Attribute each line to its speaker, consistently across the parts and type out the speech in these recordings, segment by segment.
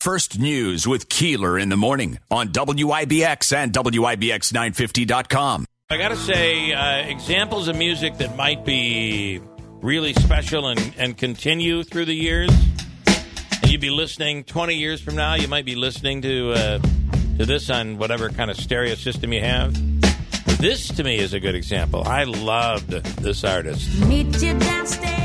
Speaker 1: First News with Keeler in the morning on WIBX and WIBX950.com.
Speaker 2: I gotta say, uh, examples of music that might be really special and, and continue through the years. And you'd be listening 20 years from now, you might be listening to, uh, to this on whatever kind of stereo system you have. This to me is a good example. I loved this artist.
Speaker 3: Meet you downstairs.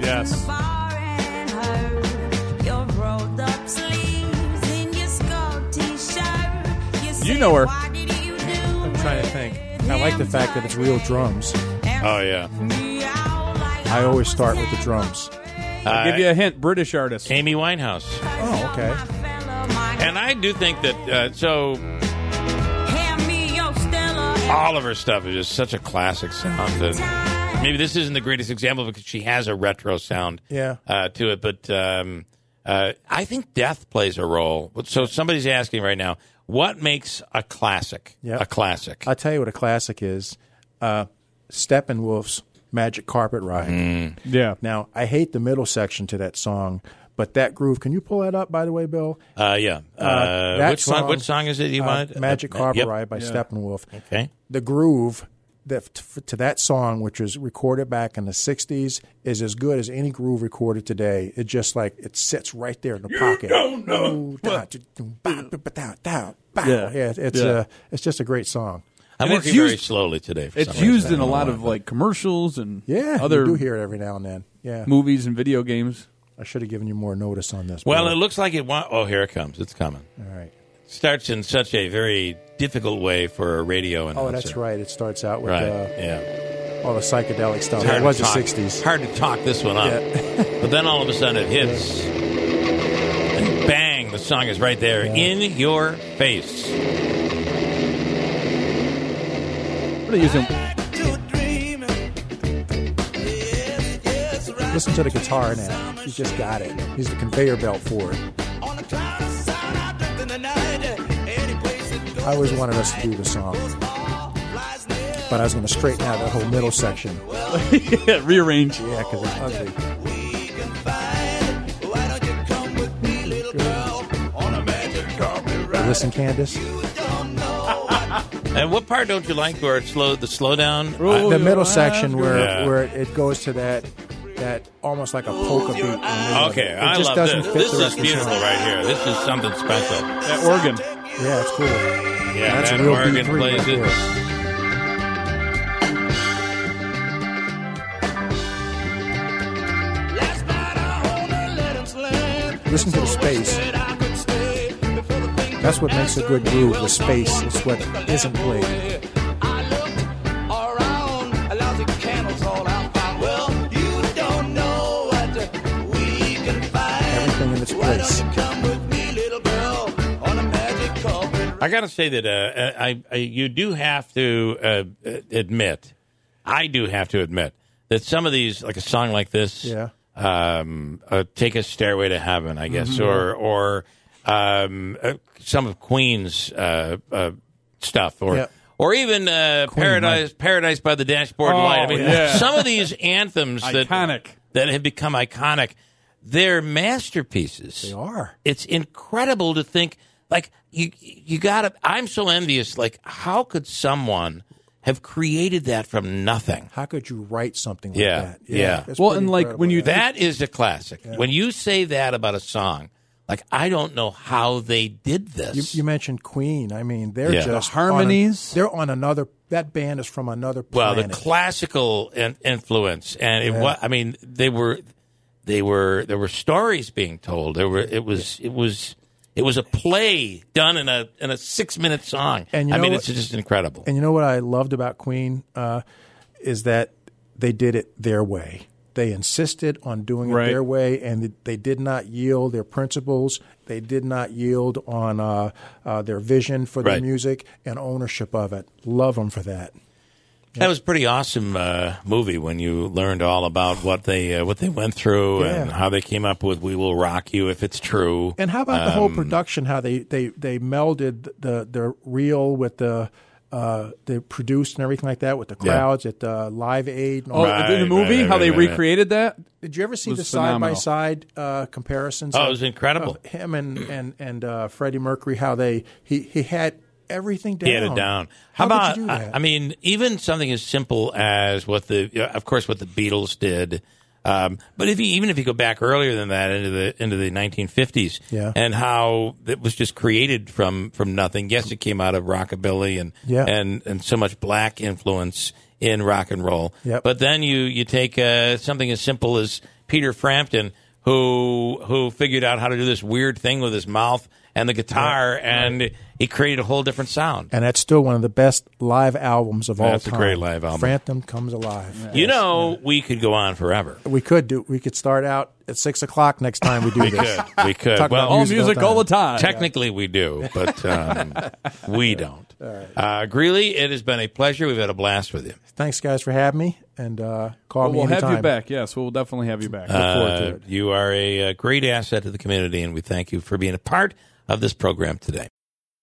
Speaker 4: Yes.
Speaker 3: in the bar and her. Your rolled up sleeves in your skull t-shirt. You,
Speaker 4: You know her.
Speaker 3: Why did you do
Speaker 4: I'm trying to think. I like the fact that it's real drums.
Speaker 2: Oh, yeah.
Speaker 4: I always start with the drums.
Speaker 2: Uh,
Speaker 4: Give you a hint, British artist.
Speaker 2: Amy Winehouse.
Speaker 4: Oh, okay.
Speaker 2: And I do think that, uh, so all of her stuff is just such a classic sound. And maybe this isn't the greatest example because she has a retro sound
Speaker 4: Yeah.
Speaker 2: uh, to it, but um, uh, I think death plays a role. So somebody's asking right now, what makes a classic
Speaker 4: Yep.
Speaker 2: a classic?
Speaker 4: I'll tell you what a classic is uh, Steppenwolf's Magic Carpet Ride.
Speaker 5: Yeah.
Speaker 4: Now, I hate the middle section to that song, but that groove, can you pull that up, by the way, Bill?
Speaker 2: Uh, yeah. Uh,
Speaker 4: that
Speaker 2: which, one, which song is it you
Speaker 4: uh,
Speaker 2: wanted?
Speaker 4: Magic
Speaker 2: Uh,
Speaker 4: Carpet
Speaker 2: yep.
Speaker 4: Ride by Steppenwolf.
Speaker 2: Okay.
Speaker 4: The groove that, f- to that song, which was recorded back in the 60s, is as good as any groove recorded today. It just like, it sits right there in the pocket. Yeah,
Speaker 5: Yeah.
Speaker 4: it's,
Speaker 5: Yeah.
Speaker 4: Uh, it's just a great song.
Speaker 2: I'm
Speaker 5: And it's
Speaker 2: working very
Speaker 5: used-
Speaker 2: slowly today. For
Speaker 5: It's
Speaker 2: some reason.
Speaker 5: used in
Speaker 2: I
Speaker 5: a
Speaker 2: don't
Speaker 5: lot
Speaker 2: know
Speaker 5: of
Speaker 2: why.
Speaker 5: like commercials and
Speaker 4: Yeah,
Speaker 5: other
Speaker 4: you do hear it every now and then. Yeah,
Speaker 5: movies and video games.
Speaker 4: I should have given you more notice on this.
Speaker 2: Well,
Speaker 4: but-
Speaker 2: it looks like it. Wa- oh, here it comes. It's coming.
Speaker 4: all right.
Speaker 2: starts in such a very difficult way for a radio announcer.
Speaker 4: Oh, that's right. It starts out with
Speaker 2: Right.
Speaker 4: uh,
Speaker 2: yeah.
Speaker 4: all the psychedelic stuff.
Speaker 2: It's hard
Speaker 4: It was
Speaker 2: to
Speaker 4: the
Speaker 2: talk-
Speaker 4: '60s.
Speaker 2: Hard to talk this one up. but then all of a sudden it hits. And bang, the song is right there in your face.
Speaker 5: What are they using?
Speaker 4: Listen to the guitar now. He's just got it. He's the conveyor belt for it. I always wanted us to do the song, but I was going to straighten out that whole middle section.
Speaker 5: yeah, rearrange.
Speaker 4: Yeah, because it's ugly. Listen, Candace.
Speaker 2: And what part don't you like where it's slow the slowdown?
Speaker 5: Roll
Speaker 4: the
Speaker 5: your
Speaker 4: middle
Speaker 5: eyes,
Speaker 4: section where
Speaker 2: Oh, Yeah.
Speaker 4: where it goes to that that almost like a polka beat. in the middle of
Speaker 2: Okay,
Speaker 4: it. It
Speaker 2: I
Speaker 4: just
Speaker 2: love
Speaker 4: doesn't
Speaker 2: this.
Speaker 4: fit
Speaker 2: This
Speaker 4: the
Speaker 2: is
Speaker 4: rest of the
Speaker 2: beautiful
Speaker 4: song.
Speaker 2: right here. This is something special.
Speaker 5: That organ.
Speaker 4: Yeah, it's cool.
Speaker 2: Yeah,
Speaker 4: that's
Speaker 2: that
Speaker 4: a real
Speaker 2: organ
Speaker 4: B3
Speaker 2: plays
Speaker 4: right
Speaker 2: it.
Speaker 4: there. Listen to the space. That's what makes a good groove. The space is what isn't played. Everything in its place.
Speaker 2: I got to say that uh, I, I you do have to uh, admit, I do have to admit that some of these, like a song like this,
Speaker 4: Yeah.
Speaker 2: um, uh, take a stairway to heaven, I
Speaker 5: Mm-hmm.
Speaker 2: guess, or or um, uh, some of Queen's uh, uh, stuff, or.
Speaker 4: Yep.
Speaker 2: Or even uh, paradise, paradise by the dashboard
Speaker 5: Oh,
Speaker 2: light. I mean,
Speaker 5: yeah.
Speaker 2: some of these anthems that
Speaker 5: Iconic.
Speaker 2: that have become iconic, they're masterpieces
Speaker 4: They are.
Speaker 2: it's incredible to think like you you gotta i'm so envious like how could someone have created that from nothing
Speaker 4: How could you write something like
Speaker 2: Yeah,
Speaker 4: that?
Speaker 2: yeah.
Speaker 4: it's
Speaker 5: Well,
Speaker 4: pretty
Speaker 5: and like, when
Speaker 4: incredible.
Speaker 5: you-
Speaker 2: that is a classic when you say that about a song like i don't know how they did
Speaker 4: You,
Speaker 2: this
Speaker 4: you mentioned Queen. I mean, they're
Speaker 2: Yeah.
Speaker 4: just
Speaker 2: The
Speaker 4: on a-
Speaker 5: harmonies.
Speaker 4: they're on another. That band is from another
Speaker 2: well
Speaker 4: planet.
Speaker 2: the classical in- influence and it wa- i mean they were they were there were stories being told there were it was it was it was a play done in a in a 6 minute song
Speaker 4: And you
Speaker 2: i
Speaker 4: know
Speaker 2: mean
Speaker 4: what-
Speaker 2: it's just incredible
Speaker 4: and you know what I loved about Queen uh, is that they did it their way. They insisted on doing
Speaker 5: Right.
Speaker 4: it their way, and th- they did not yield their principles. They did not yield on uh, uh, their vision for their
Speaker 2: Right.
Speaker 4: music and ownership of it. Love them for that.
Speaker 2: That was a pretty awesome uh, movie when you learned all about what they uh, what they went through and
Speaker 4: Yeah.
Speaker 2: how they came up with "We Will Rock You" if it's true.
Speaker 4: And how about the whole production? How they they they melded the the real with the uh, they produced and everything like that with the
Speaker 6: Yeah.
Speaker 4: crowds at uh, Live Aid. And all
Speaker 5: Oh,
Speaker 4: that.
Speaker 6: Right,
Speaker 5: in the
Speaker 6: right,
Speaker 5: movie,
Speaker 6: right,
Speaker 5: how they
Speaker 6: right, right.
Speaker 5: recreated that?
Speaker 4: Did you ever see
Speaker 5: was
Speaker 4: the side by
Speaker 5: phenomenal.
Speaker 4: side comparisons?
Speaker 2: Oh, it
Speaker 4: of-
Speaker 2: was incredible.
Speaker 4: of him and and and uh, Freddie Mercury, how they he he had everything down.
Speaker 2: Get it down.
Speaker 4: How,
Speaker 2: about?
Speaker 4: Did you do
Speaker 2: I-
Speaker 4: that?
Speaker 2: I mean, even something as simple as what the, yeah, of course, what the Beatles did. Um, but if you, even if you go back earlier than that into the into the 1950s,
Speaker 4: Yeah.
Speaker 2: and how it was just created from from nothing. Yes, it came out of rockabilly and
Speaker 4: Yeah.
Speaker 2: and and so much black influence in rock and roll.
Speaker 4: Yep.
Speaker 2: But then you you take uh, something as simple as Peter Frampton, who who figured out how to do this weird thing with his mouth and the guitar, and he created a whole different sound.
Speaker 4: and that's still one of the best live albums of all
Speaker 2: That's a
Speaker 4: time.
Speaker 2: great live album.
Speaker 4: Phantom comes alive.
Speaker 2: You know, we could go on forever.
Speaker 4: We could do. We could start out at six o'clock next time we do
Speaker 2: We
Speaker 4: this.
Speaker 2: could. We could.
Speaker 4: Talk
Speaker 2: well,
Speaker 4: about
Speaker 5: All
Speaker 4: Music all
Speaker 5: music all the time.
Speaker 2: technically we do, but um, we don't. Uh, Greeley, it has been a pleasure. We've had a blast with you.
Speaker 4: Thanks, guys, for having me. And uh, call
Speaker 5: But
Speaker 4: me
Speaker 5: we'll have
Speaker 4: anytime.
Speaker 5: you back. Yes, we'll definitely have you back.
Speaker 4: Look forward to
Speaker 2: Uh,
Speaker 4: it.
Speaker 2: you are a, uh great asset to the community, and we thank you for being a part of this program today.